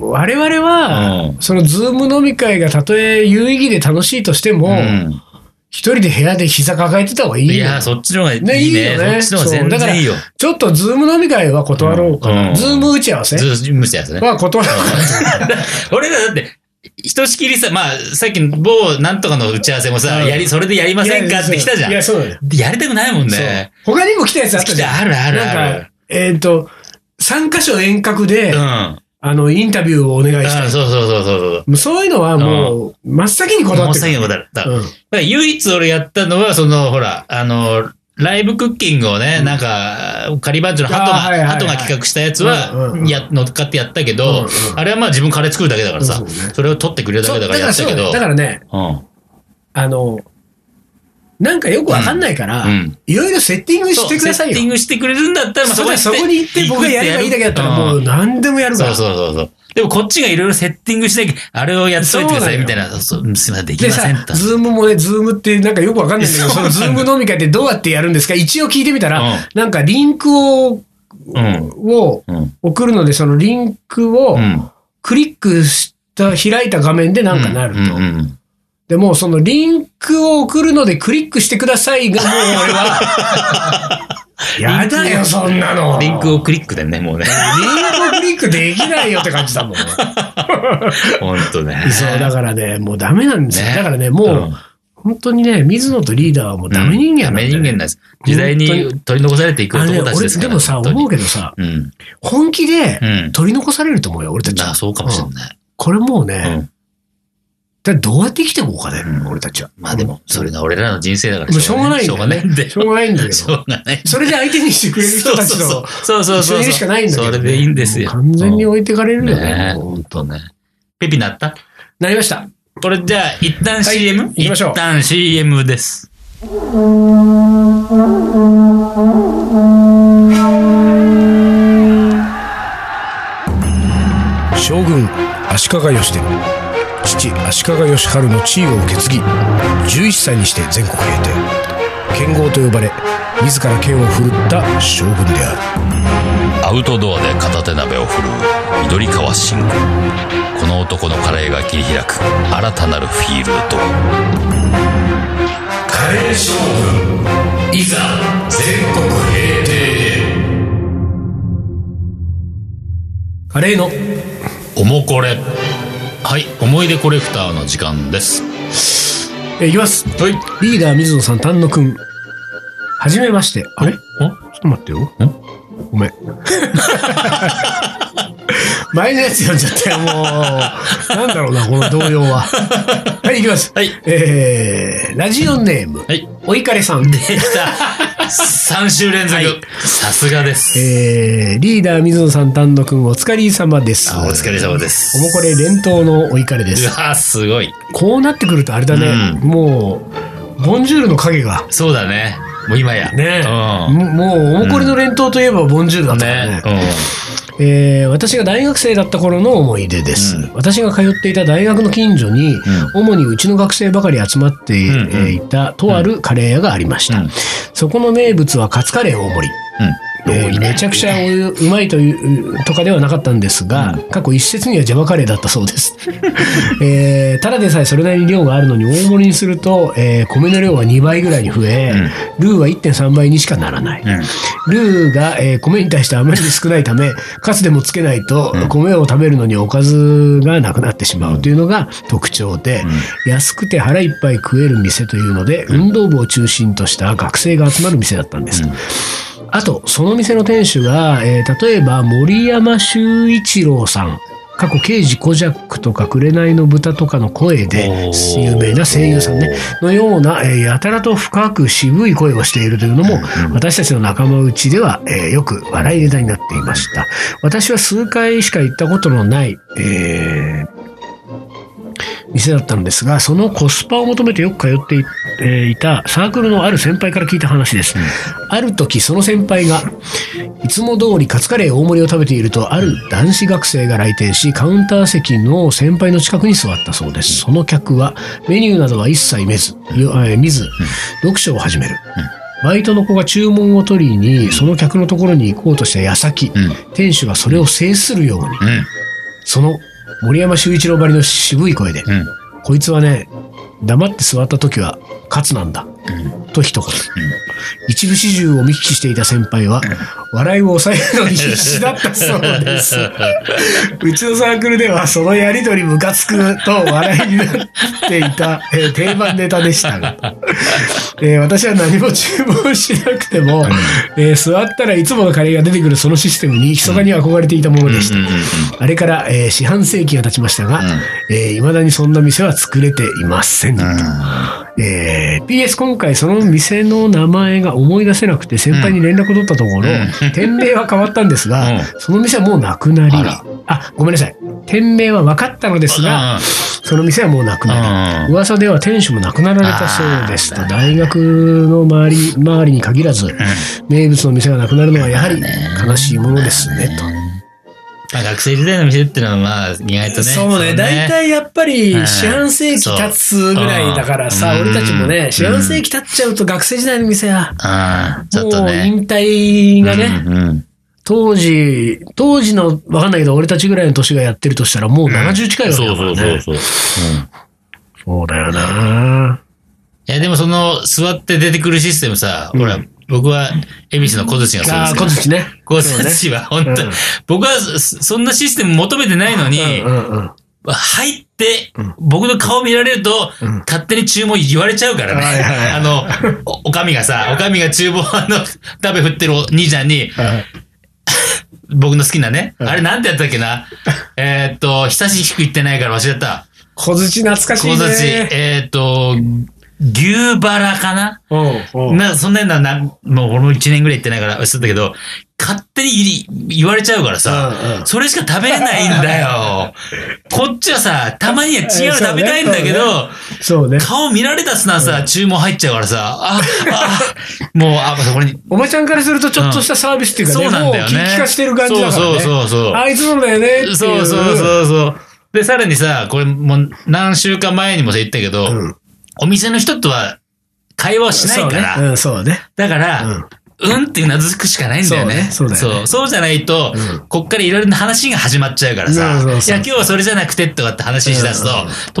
A: 我々は、
B: うん
A: そのズーム飲み会がたとえ有意義で楽しいとしても、
B: うん。
A: 一人で部屋で膝抱えてた方がいい
B: うん
A: よ
B: いや、そっちの方がいい
A: ね、いいよ
B: ね。
A: ね。
B: そっち
A: そ
B: の方
A: う
B: が全
A: だから
B: 然いいよ。
A: ちょっとズーム飲み会は断ろうか
B: うんう
A: な。
B: ん
A: ズーム打ち合わせ
B: ずっと無視やつね。
A: は断ろうかな。
B: 俺らだって、ひとしきりさ、まあ、さっきの某なんとかの打ち合わせもさ、
A: うん
B: やり、それでやりませんかって来たじゃん。
A: いや、そうだよ。
B: やりたくないもん
A: そう
B: ね。
A: 他にも来たやつあった
B: 来
A: じゃん。
B: た、あるあるあ
A: なん
B: る
A: か。、えっと、3箇所遠隔
B: う
A: で
B: ん。、あ
A: あの、インタビューをお願いしたい。
B: そうそうそうそうそう。
A: もうそういうのはもう、真っ先に断
B: もう
A: って
B: 先
A: る。
B: のことだった。だ
A: うん
B: から唯一俺やったのは、その、ほら、あの、ライブクッキングをね、なんか、カリバンチョのハトが、
A: あーはいはいはい
B: ハトが企画したやつ
A: うん
B: は
A: うんう、ん
B: や、乗っかってやったけ
A: うん
B: ど
A: うん、
B: あれはまあ自分カレー作るだけだから
A: そ
B: さ
A: うね、
B: それを取ってくれるだ
A: そ
B: け
A: う
B: だ
A: だか
B: か
A: ら
B: や
A: ら
B: った
A: そう
B: け
A: だ
B: ど
A: よ、だからね、
B: うん。
A: あの、なんかよくわかんないから
B: うんうん、
A: いろいろセッティングしてください
B: そうセッティン
A: よ。
B: グしてくれるんだったら、まあ、
A: そ
B: そ
A: こ
B: こ
A: でそこに行って僕がやればいいだけだったらもう
B: うん
A: 何でもやるか
B: そう
A: ら。
B: そうそうそう。でもこっちがいろいろセッティングしなきゃ、あれをやっといてくださいみたいな、そうそうすいません、でき
A: で
B: ません
A: さ
B: と、。
A: ズームもね、ズームってなんかよくわかんないんだけど、
B: そ
A: そう
B: な
A: の
B: んだ
A: ズーム飲み会ってどうやってやるんですか一応聞いてみた
B: うん
A: ら、なんかリンクを、
B: うん。
A: を
B: うん。
A: 送るので、そのリンクを
B: うん。
A: クリックした、開いた画面でなんかなると。
B: うんうん
A: でもうそのリンクを送るのでクリックしてくださいがもう俺は。 やだよ、そんなの。
B: リンクをク
A: リッ
B: リックだよね、もうね。
A: ク。リンクをクリックできないよって感じだ もん。そ
B: ほんとね。
A: う、だからね、もうダメなんですよ。
B: ね
A: だからね、もう、
B: ん
A: 本当にね、水野とリーダーはもうダメ人間な
B: ダ
A: んだ
B: メ
A: よ、
B: 人間なんです。時代に取り残されていく
A: あれね
B: 男たち
A: 俺
B: ですから。
A: でもさ、
B: 本当に
A: 思うけどさ、
B: うん。
A: 本気で
B: うん。
A: 取り残されると思うよ、俺たち。
B: あそうかもしれない。
A: これもうね、
B: うん。
A: だからどうやって生きていこうかね、
B: うん
A: 俺たちは。
B: まあでも、それが俺らの人生だか
A: もう
B: ら。
A: しょうがないんだ
B: しょ
A: よ
B: うがないんだよ。
A: しょうがないん だけ
B: しょ
A: ど。
B: うがない。
A: それで相手にしてくれる人たちの
B: そうそうそう。そ
A: 一緒
B: うそう
A: にいる
B: そう。
A: しかないんだけどね
B: それでいいんですよ。
A: もう完全に
B: うん
A: 置いてかれるよね
B: ね。
A: もう本当
B: そうね。ペピなった
A: なりました。
B: これじゃあ、一旦 CM?、
A: 行きましょう
B: 一旦 CM です。
C: 将軍足利義で父足利義晴の地位を受け継ぎ11歳にして全国平定剣豪と呼ばれ自ら剣を振るった将軍である
D: アウトドアで片手鍋を振るう緑川信吾この男のカレーが切り開く新たなるフィールドカレー将軍いざ全国平定へ
A: カレーの。
B: おもこれ。はい、思い出コレクターの時間です。
A: えいきます。
B: はい。
A: リーダー水野さん、丹野くん。はじめまして。あれちょっと待ってよ。ごめん。 前のやつ読んじゃったよ、もう。なんだろうな、この動揺 は。はい、いきます。
B: はい
A: えー、ラジオネーム、
B: はい。
A: おいかれさん。
B: できた。3週連続。さすがです。
A: えー、リーダー水野さん、丹野くん、お疲れ様です。
B: あお疲れ様です。
A: おもこれ連投のおいかれで
B: う
A: す。
B: わーすごい。
A: こうなってくるとあれだね、もう、ボンジュールの影が。
B: そうだね。もう今や。
A: ねえ、
B: うん。
A: ももう、おもこれの連投といえばボンジュールだったからね
B: ね。うん。
A: えー私が大学生だった頃の思い出です、
B: うん
A: 私が通っていた大学の近所に、主にうちの学生ばかり集まってえ
B: うんうん
A: ーいたとあるカレー屋がありました、
B: うん
A: そこの名物はカツカレー大盛り
B: う
A: え
B: ん
A: ーめちゃくちゃお湯うまいというとかではなかったんですが、過去一説にはジャワカレーだったそうです、 えーただでさえそれなりに量があるのに大盛りにすると、えー米の量は2倍ぐらいに増え、ルーは1.3倍にしかならない、ルーが、えー米に対してあまりに少ないため、カツでもつけないと、米を食べるのにおかずがなくなってしまうというのが特徴で、安くて腹いっぱい食える店というので、運動部を中心とした学生が集まる店だったんです。あと、その店の店主が、えー例えば森山修一郎さん、過去刑事コジャックとか紅の豚とかの声で
B: おー
A: 有名な声優さんね、のような、えーやたらと深く渋い声をしているというのも、私たちの仲間内では、えーよく笑いネタになっていました。私は数回しか行ったことのない、えー店だったのですが、そのコスパを求めてよく通ってい,、えーいたサークルのある先輩から聞いた話です。ある時、その先輩が、いつも通りカツカレー大盛りを食べていると、ある男子学生が来店し、カウンター席の先輩の近くに座ったそうです。その客は、メニューなどは一切見ず、よえー見ず、読書を始める。バイトの子が注文を取りに、その客のところに行こうとした矢先、
B: うん
A: 店主がそれを制するように、
B: うん。
A: その森山修一郎ばりの渋い声で、
B: うん
A: こいつはね、黙って座った時は勝つなんだ、と一言。一部始終を見聞きしていた先輩は、笑いを抑えるのに必死だったそう です。うちのサークルではそのやりとりムカつくと笑いになっていた、えー定番ネタでした が、えー私は何も注文しなくても、えー座ったらいつものカレーが出てくるそのシステムに密かに憧れていたものでした。あれから、えー四半世紀が経ちましたが、えー未だにそんな店は作れていませんと、えー PS 今回その店の名前が思い出せなくて先輩に連絡を取ったところ、
B: うん
A: 店名は変わったんですが、
B: うん
A: その店はもうなくなり
B: あら
A: あごめんなさい店名は分かったのですが、その店はもうなくなり、
B: うん
A: 噂では店主も亡くなられたそうですと大学の周り周りに限らず、名物の店がなくなるのはやはり悲しいものですねと。
B: まあ、学生時代の店っていうのはまあ意外とね。
C: そうね、大体やっぱり
B: うん
C: 四半世紀経つぐらいだからさ、
B: そう
C: 俺たちも
B: うん
C: ね、四半世紀経っちゃうと学生時代の店は、
B: うん、ちょっと
A: もう
B: ね。
A: 引退がね、
B: うんうん
A: 当時、当時の、わかんないけど、俺たちぐらいの年がやってるとしたら、もう70近いわけ
B: そ
A: だ
B: う
A: から
B: そ
A: ね。
B: うそうそう。うん
A: そうだよな。
B: いや、でもその、座って出てくるシステムさ、
A: うん
B: ほら、僕は、恵比寿の小寿司がそうで
A: あ
B: す
A: あ、
B: け
A: こ
B: ど
A: っ、ちね。
B: 小寿司は本当、
A: うん
B: 僕はそそんなシステム求めてないのに、
A: うんうん。
B: 入って
A: ん、
B: 僕の顔見られると、
A: うん
B: 勝手に注文言われちゃうからね。
A: はいはい
B: あの、おおかみがさ、おかみが厨房 の食べ振ってるお兄ちゃんに、僕の好きなね、あれなんてやったっけな。えーっと、久しく行ってないから忘れちゃった。
C: 小槌懐かしい
B: 小
C: ね。
B: 寿司、えーっと、牛バラかな
C: うんうん
B: な、そんなような、なもう俺も1年ぐらい行ってないから、そうだけど、勝手に言い言われちゃうからさ、
C: うんうん
B: それしか食べれないんだ よ。こっちはさ、たまには違うの食べたいんだけど、
A: そうね。
B: 顔見られたすなさ、注文入っちゃうからさ、あ、あ、もう、あ、そこに、
A: おばちゃんからすると、ちょっとしたサービスっていうかね、
B: そうなんだよね。
A: もう聞き化してる感じだから、ね。
B: そうそうそうそう。
A: あいつなんだよねっていう。
B: そうそうそうそう。で、さらにさ、これもう何週間前にも言ったけど、
A: うん
B: お店の人とは会話をしないから、
A: そうね。うん、そうね。
B: だから、うん、ってうなずくしかないんだよね。
A: そうねそうだよ
B: そうそうじゃないと、こっからいろいろな話が始まっちゃうからさ、
A: そうそうそう
B: いや、今日はそれじゃなくてとかって話しだすと、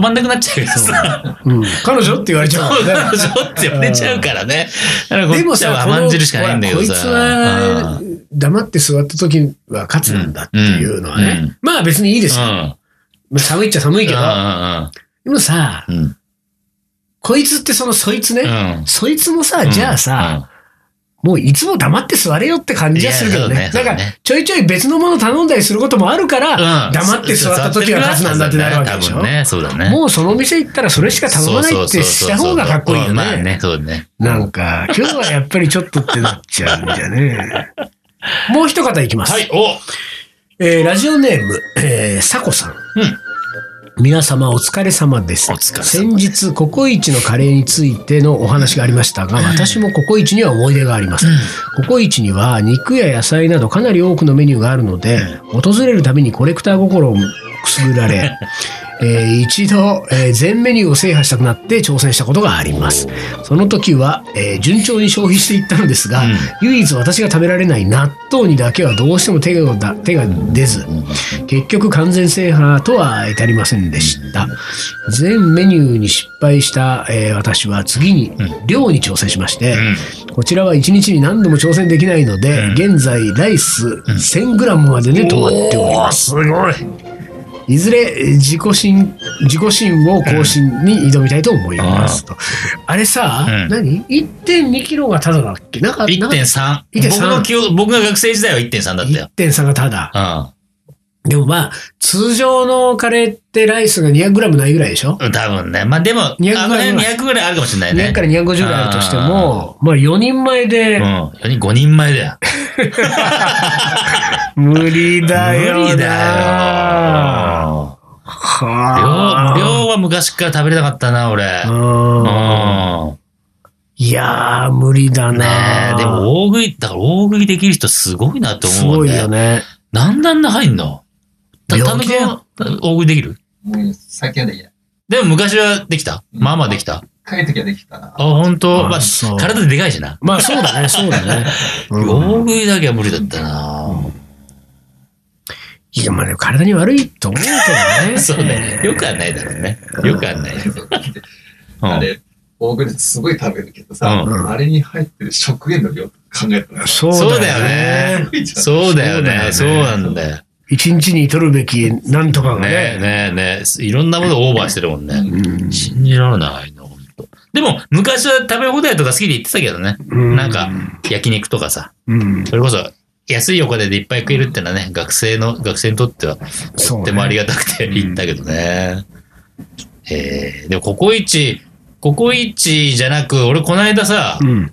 B: 止まんなくなっちゃうからさ、
A: うん。彼女って言われちゃう
B: そう
A: からね
B: なのちょって言われちゃうからね。だからこ
A: でも
B: っちは
A: さ、
B: 甘んじるしかないんだけどさ。
A: このほらこいつは黙って座った時は勝つんだっていうのはね。
B: うんうん
A: まあ別にいいです
B: う
A: よ。
B: ん。うん
A: まあ寒いっちゃ寒いけど。でもさ、
B: うんうんうん。
A: こいつってそのそいつね。
B: うん
A: そいつも
B: う
A: さ、
B: ん。
A: じゃあさ、もういつも黙って座れよって感じはするけど
B: いや
A: ね。
B: そう
A: だか
B: ね
A: ら
B: そうね
A: ちょいちょい別のもの頼んだりすることもあるか
B: うん、
A: ら、黙って座った時は勝つなんだってなるわけでし
B: 多
A: ょ
B: 分。ね、そうだね。
A: もうその店行ったらそれしか頼まないってした方がかっこいいよ
B: まあ
A: ね。
B: ね、そうだね。
A: なんか、今日はやっぱりちょっとってなっちゃうんじゃね。もう一方いきます。
B: はい、お
A: えーラジオネーム、えー、サコさん。皆様お疲れ様です。
B: お疲れ様です
A: 先日、ココイチのカレーについてのお話がありましたが、私もココイチには思い出があります。ココイチには肉や野菜などかなり多くのメニューがあるので、訪れるたびにコレクター心をくすぐられ、 えー一度、えー全メニューを制覇したくなって挑戦したことがあります。その時は、えー順調に消費していったのですが、
B: うん
A: 唯一私が食べられない納豆にだけはどうしても手がだ手が出ず、結局完全制覇とは至りませんでした。全メニューに失敗した、えー私は次に量に挑戦しまして、こちらは1日に何度も挑戦できないので、現在ライス 1000g までで止まっております。いずれえー自己新、自己新を更新に挑みたいと思いますと。あれさ、
B: うん
A: 何 ?1.2 キロがただだっけなんか、なんか
B: 1.3。
A: 1.3
B: 僕の記憶、僕が学生時代は1.3だったよ。
A: 1.3がただ。
B: う
A: でもまあ、通常のカレーってライスが 200g ないぐらいでしょ
B: ん。多分ね。まあでも、あ
A: 200
B: の辺200ぐらいあるかもしれないね。
A: 200から250ぐらいあるとしても、まあ4人前
B: う
A: で
B: ん。、4人、5人前だよ。
A: 無理
B: 無
A: だよな。
B: 理だよ。量、
A: は
B: 量は昔から食べれなかったな、俺。
A: あ。
B: う
A: うん
B: ん。
A: いやー、無理だ
B: ね
A: な。
B: え、でも大食い、だから大食いできる人すごいなって
A: す
B: 思う
A: ご
B: ん
A: い
B: だ
A: よ
B: よ。
A: ね。
B: なんであんな入んのたた
A: 病
B: ぬ
A: 気
B: き
A: だ
B: は
A: よ
B: 大食いできる
E: もう先はできない。
B: でも昔はできた。
E: うん
B: まあまあできた。
E: 帰るときはできたな。
B: あ、本当
A: あ
B: まあ
A: そう、
B: 体でかいしな。
A: まあそうだね、そうだ ね。う
B: 大
A: ん
B: 食いだけは無理だったない
A: や、まあでも体に悪いと思うけどね。
B: そうね。よくはないだろうね。よくはない。
E: あ
B: う
E: れ、大食いですごい食べるけどさ、
A: うん
E: あれに入ってる食塩の量考えたら、す
A: そう
B: そう
A: だ
B: だ
A: よ
B: よ
A: ね。
B: ね
E: ごいじゃん。
B: そうだよね。そ
A: そううだよね
B: なんだよ。
A: 一日に取るべきなんとかが
B: ねえ
A: ね。
B: ねえねえ。いろんなものをオーバーしてるもんね。信じられないな、本当。でも、昔は食べ放題とか好きで言ってたけどね。
A: うん
B: なんか、焼肉とかさ。
A: うん。
B: それこそ、安いお金でいっぱい食えるってのはね、学生の、学生にとっては、
A: そう
B: と
A: ね
B: ってもありがたくて行ったけどね。えーでも、ココイチ、ココイチじゃなく、俺この間さ
A: う、ん。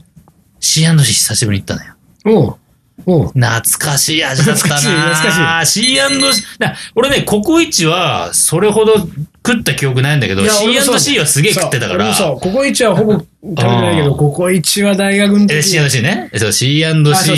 B: C&C 久しぶりに行ったの
A: お
B: よ。
A: うおう
B: 懐かしい味だったな
A: 懐かしい懐
B: しい。C&C、な俺ね、ココイチはそれほど食った記憶ないんだけど、
A: いや俺もそう
B: C&C はすげえ食ってたか
A: 俺も
B: ら、
A: そう、ここ一はほぼ食べてないけ
B: う
A: ど、
B: ん
A: ここ一は大学の
B: え、
A: 時。
B: C&C ね。そう、C&C、
A: あそう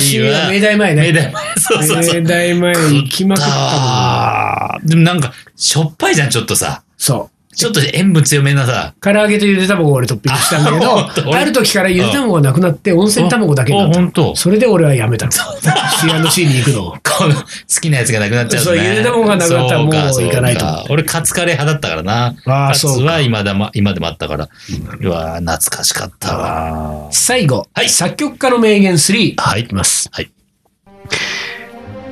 B: C&C は、
A: 明大前ね。
B: 明大前そうそうそう。
A: 明大前行きまくったもん。
B: あーでもなんか、しょっぱいじゃん、ちょっとさ。
A: そう。
B: ちょっと塩分強めなさ。
A: 唐揚げとゆで卵を俺トッピングしたんだけ
B: あ本当
A: ど、
B: 俺
A: ある時からゆで卵がなくなって温泉卵だけにな
B: お、
A: った
B: ほ
A: の
B: んと。
A: それで俺はやめたの。C&C に行くのを。
B: この好きなやつがなくなっちゃうとね。
A: そうゆで卵がなくなったらもう
B: そかそう
A: 行かないと思って
B: 俺、カツカレー派だったからな。
A: あ
B: カ
A: あ、
B: ツ
A: そう
B: は
A: か。
B: 今だま、今でもあったから。うわー懐かしかったわ。
A: 最後、
B: はい
A: 作曲家の名言3。
B: はい。
A: いきます。
B: はい。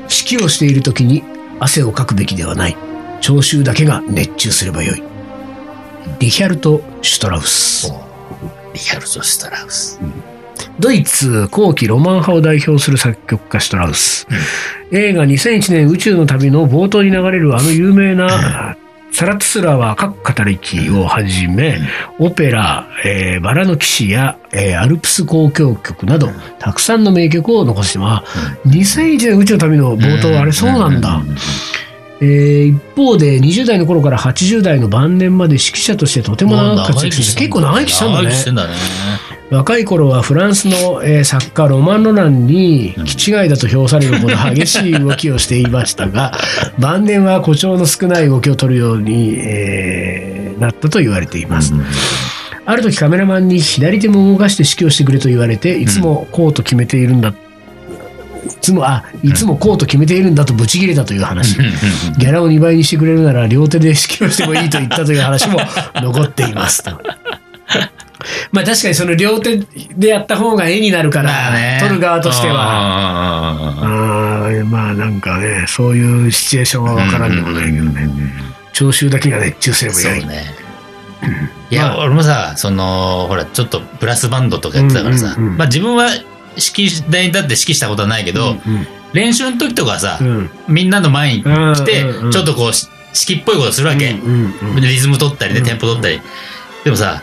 A: 指揮をしている時に汗をかくべきではない。聴衆だけが熱中すればよい。リヒャルト・シュトラウス。
B: リアルソ・ストラウス。
A: ドイツ後期ロマン派を代表する作曲家シュトラウス、映画2001年宇宙の旅の冒頭に流れるあの有名な、サラトゥスラは各語りきをはじめ、オペラ、えーバラの騎士や、えーアルプス交響曲など、たくさんの名曲を残してます。2001年宇宙の旅の冒頭、あれそうなんだ。えー一方で20代の頃から80代の晩年まで指揮者としてとても長く活躍して結構長生きしたんだね。
B: 長生きしてんだね。
A: 若い頃はフランスの、えー作家ロマン・ロランに
B: うん
A: 気違いだと評されるほど激しい動きをしていました が晩年は誇張の少ない動きを取るように、えーなったと言われています、ある時カメラマンに左手も動かして指揮をしてくれと言われていつもこうと決めているんだ、いつもあいつもこうと決めているんだとブチギレたという話、
B: うんうんうん
A: ギャラを2倍にしてくれるなら両手で指揮をしてもいいと言ったという話も残っていますと。 まあ確かにその両手でやった方が絵になるから、
B: まあね
A: 撮る側としては。
B: うんうんうんうんうん
A: あーまあなんかねそういうシチュエーションは分からんでもないけどね、聴衆だけが熱中すれば
B: そ
A: よ
B: う
A: い、
B: ね。いや、俺もさ、その、ほら、ちょっとブラスバンドとかやってたからさ、
A: うんうんうん
B: まあ自分は指揮台に立って指揮したことはないけど、練習の時とかはさ、
A: うんうん
B: みんなの前に来て、
A: うんうんうん
B: ちょっとこう、し指揮っぽいことするわけ。
A: うんうん
B: リズム取ったりね、
A: うん
B: テンポ取ったり。でもさ、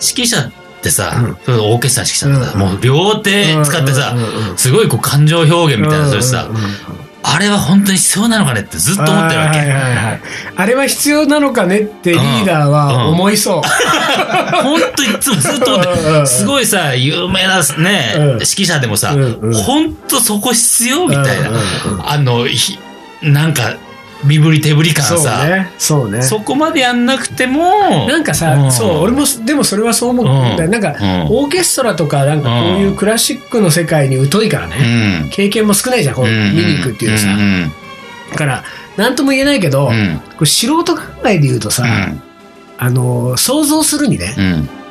B: 指揮者ってさ、
A: うん
B: それオーケストラ指揮者ってさ、
A: うんうん
B: もう両手使ってさ、
A: うんうんうん
B: すごいこう感情表現みたいなのするしさ、
A: うんうんうん
B: あれは本当に必要なのかねってずっと思ってるわけ。
A: あーはいはいはいあれは必要なのかねってリーダーは思いそう、
B: 本当いつもずっと思って
A: うんうんうん
B: すごいさ、有名なね、
A: うん
B: 指揮者でもさ、
A: うんうん
B: 本当そこ必要みたいな。
A: うんうんうん
B: あの、ひなんか、身振り手振り感
A: そう
B: さ、
A: ねそうね
B: そこまでやんなくても、
A: なんかさ、
B: うん
A: そう俺もでもそれはそう思うんだよ、
B: うん
A: なんか、
B: うん
A: オーケストラとかなんかこういうクラシックの世界に疎いから
B: う
A: ね、
B: ん。
A: 経験も少ないじゃんこう、
B: うん
A: 見に行くっていうさ、
B: ん
A: だから何とも言えないけど、
B: うん
A: これ素人考えで言うとさ、あの想像するにね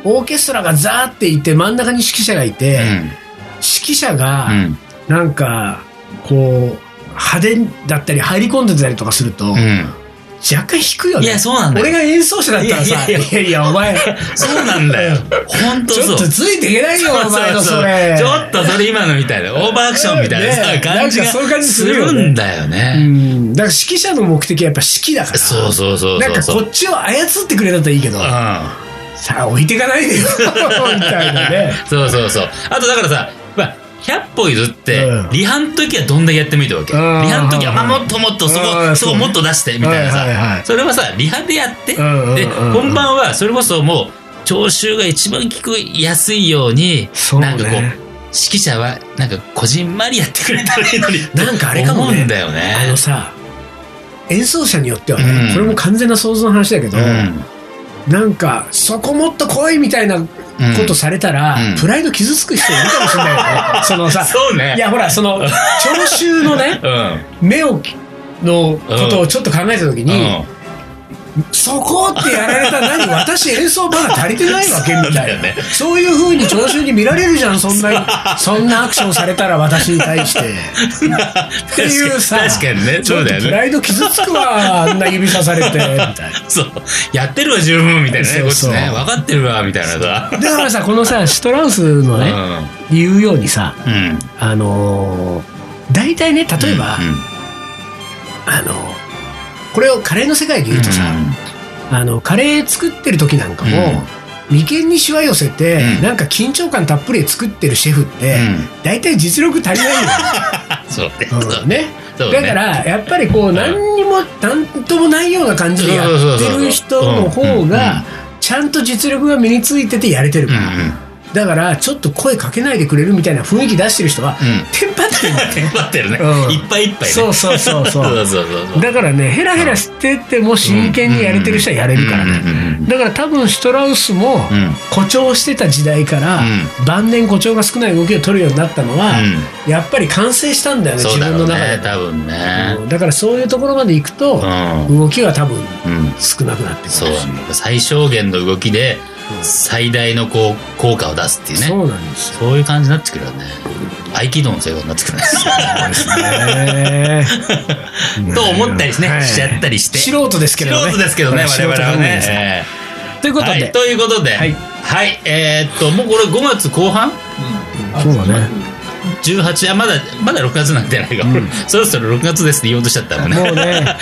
B: う、ん
A: オーケストラがザーっていて真ん中に指揮者がいて、指揮者が
B: うんうん
A: なんかこう派手だったり入り込んでたりとかすると、
B: うん
A: 若干引くよ
B: い
A: ね
B: や、そうなんだ
A: 俺
B: よ。
A: が演奏者だったらさ「
B: いやいやい
A: いやい やお前
B: そうなんだよ。本当
A: ちょ
B: そ
A: っ
B: う。
A: とついていけないよ、
B: そう
A: お
B: そう
A: 前の
B: そう
A: それ。
B: ちょっとそれ今のみたいな、オーバーアクションみたいなさ
A: ね
B: 感じが
A: なんかそういう感じ
B: す
A: するよね
B: るんだよ
A: う
B: ね。
A: ん。だから指揮者の目的はやっぱ指揮だから。
B: そうそうそうそう。
A: なんかこっちを操ってくれたらいいけど、
B: う
A: さあ置いていか ないでよ、みたいなね。
B: ん。そうそうそう。あとだからさ、まあ、100歩譲って
A: うん、
B: リハの時はどんだけやってもいいってわけ。リ
A: うん
B: ハの時は、
A: うん
B: まあもっともっと、そ
A: うん
B: こ、そ
A: そ
B: こ
A: うね
B: もっと出して、みたいな
A: はいはいは
B: さ
A: い。
B: それはさ、リハでやって、
A: うんうんうん
B: で、本番はそれこそもう、聴衆が一番聞くやすいように、
A: そうね
B: なんかこう、指揮者は、なんか、こじんまりやってくれたらいいのに。
A: なんかあれかもね
B: 思うんだよね。
A: あのさ、演奏者によってはね、
B: うん
A: これも完全な想像の話だけど、
B: うん。
A: なんか、そこもっと来いみたいなことされたら、
B: うんうん
A: プライド傷つく人いるかもしれないよ ね。そのさ、
B: そうね。
A: いやほら、その、聴衆のね、
B: うん。
A: 目を、のことをちょっと考えたときに、
B: うん。
A: そこってやられたら何私演奏まだ足りてないわけみたいな
B: そうだよね
A: そういうふうに聴衆に見られる じゃんそんなそんなアクションされたら私に対してっていうさ
B: 確かにね。
A: ち
B: そ
A: ょ
B: う
A: っと
B: だよ
A: プ
B: ね。
A: ライド傷つくわあんな指さされ てみたいな
B: そう。やってるわ、十分、みたいなね。
A: そ
B: こっ
A: う
B: ち
A: そう
B: ね。分かってるわ、みたいなさ。
A: だからさこのさシュトラウスの
B: う
A: ね、
B: ん。
A: 言うようにさ
B: うん。
A: あのー大体ね例えば、
B: うん
A: あのーこれをカレーの世界で言うとさ、あのカレー作ってる時なんかも、
B: うん
A: 眉間にしわ寄せて、
B: うん
A: なんか緊張感たっぷり作ってるシェフって、大体実力足りないん
B: そうね。
A: だ
B: そ
A: よ
B: うね。
A: ね。
B: そう
A: だ
B: ね
A: からやっぱりこう何にも何ともないような感じでやってる人の
B: そうそうそうそうう
A: 方
B: んうん
A: がちゃんと実力が身についててやれてる
B: う
A: か
B: ん
A: ら、だからちょっと声かけないでくれるみたいな雰囲気出してる人は
B: うん。うん。
A: テンパってるんだよ
B: テンパってるね。
A: うん
B: いっぱいいっぱいね。
A: そうそうそうそ
B: そううそうそうそう。
A: だからねヘラヘラしてても真剣にやれてる人はやれるからね
B: うんうんうん
A: だから多分シュトラウスも
B: うんうん
A: 誇張してた時代から
B: う
A: 晩年誇張が少ない動きを取るようになったのはやっぱり完成したんだよね
B: そ
A: 自
B: うだ
A: 分の
B: ろう
A: 中で
B: ね。多分ね。
A: うんだからそういうところまで行くと
B: う
A: 動きは多分
B: ん。うん。
A: 少なくなってくるし
B: そうなんだ最小限の動きで最大のこう効果を出すっていうね。
A: そうなんですよ
B: そういう感じになってくるよね。合気道の成功になっ てくるね。
A: ね
B: と思ったりね、
A: はい
B: しちゃったりして。
A: 素人ですけれどね
B: 素人ですけどね、
A: 素人
B: 我々は
A: 考えですから
B: ね。
A: ということで、
B: はい、ということで、は、
A: はいい
B: えーっと、もうこれ5月後半
A: そうだね。
B: ?18、あ、まだ、まだ6月なんじゃないか、そろそろ6月ですって言おうとしちゃったもんね。
A: もう ね、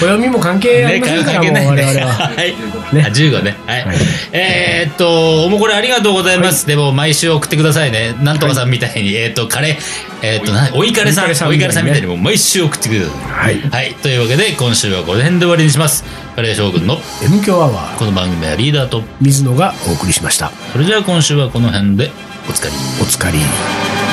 A: 暦も関係ありませんから、
B: ね
A: もう
B: 関係
A: 我
B: ないね
A: 々は。
B: はい。
A: ね
B: あ15ね。はい。えーっと、おもこれありがとうございます。でも、毎週送ってくださいね。なんとかさんみたいに、えーっと、カレー、えーっと、なおいかれさん、お
A: お
B: い
A: い
B: か
A: か
B: れ
A: れ
B: さ
A: さ
B: ん
A: ん
B: み
A: みた
B: たい
A: い
B: に
A: に
B: もう毎週送ってください。
A: はい。
B: はい。というわけで、今週はこの辺で終わりにします。カレー将軍の、
A: M 強アワー、
B: この番組はリーダーと、
A: 水野がお送りしました。
B: それじゃあ今週はこの辺で、おつかり。
A: お疲れ。
B: 「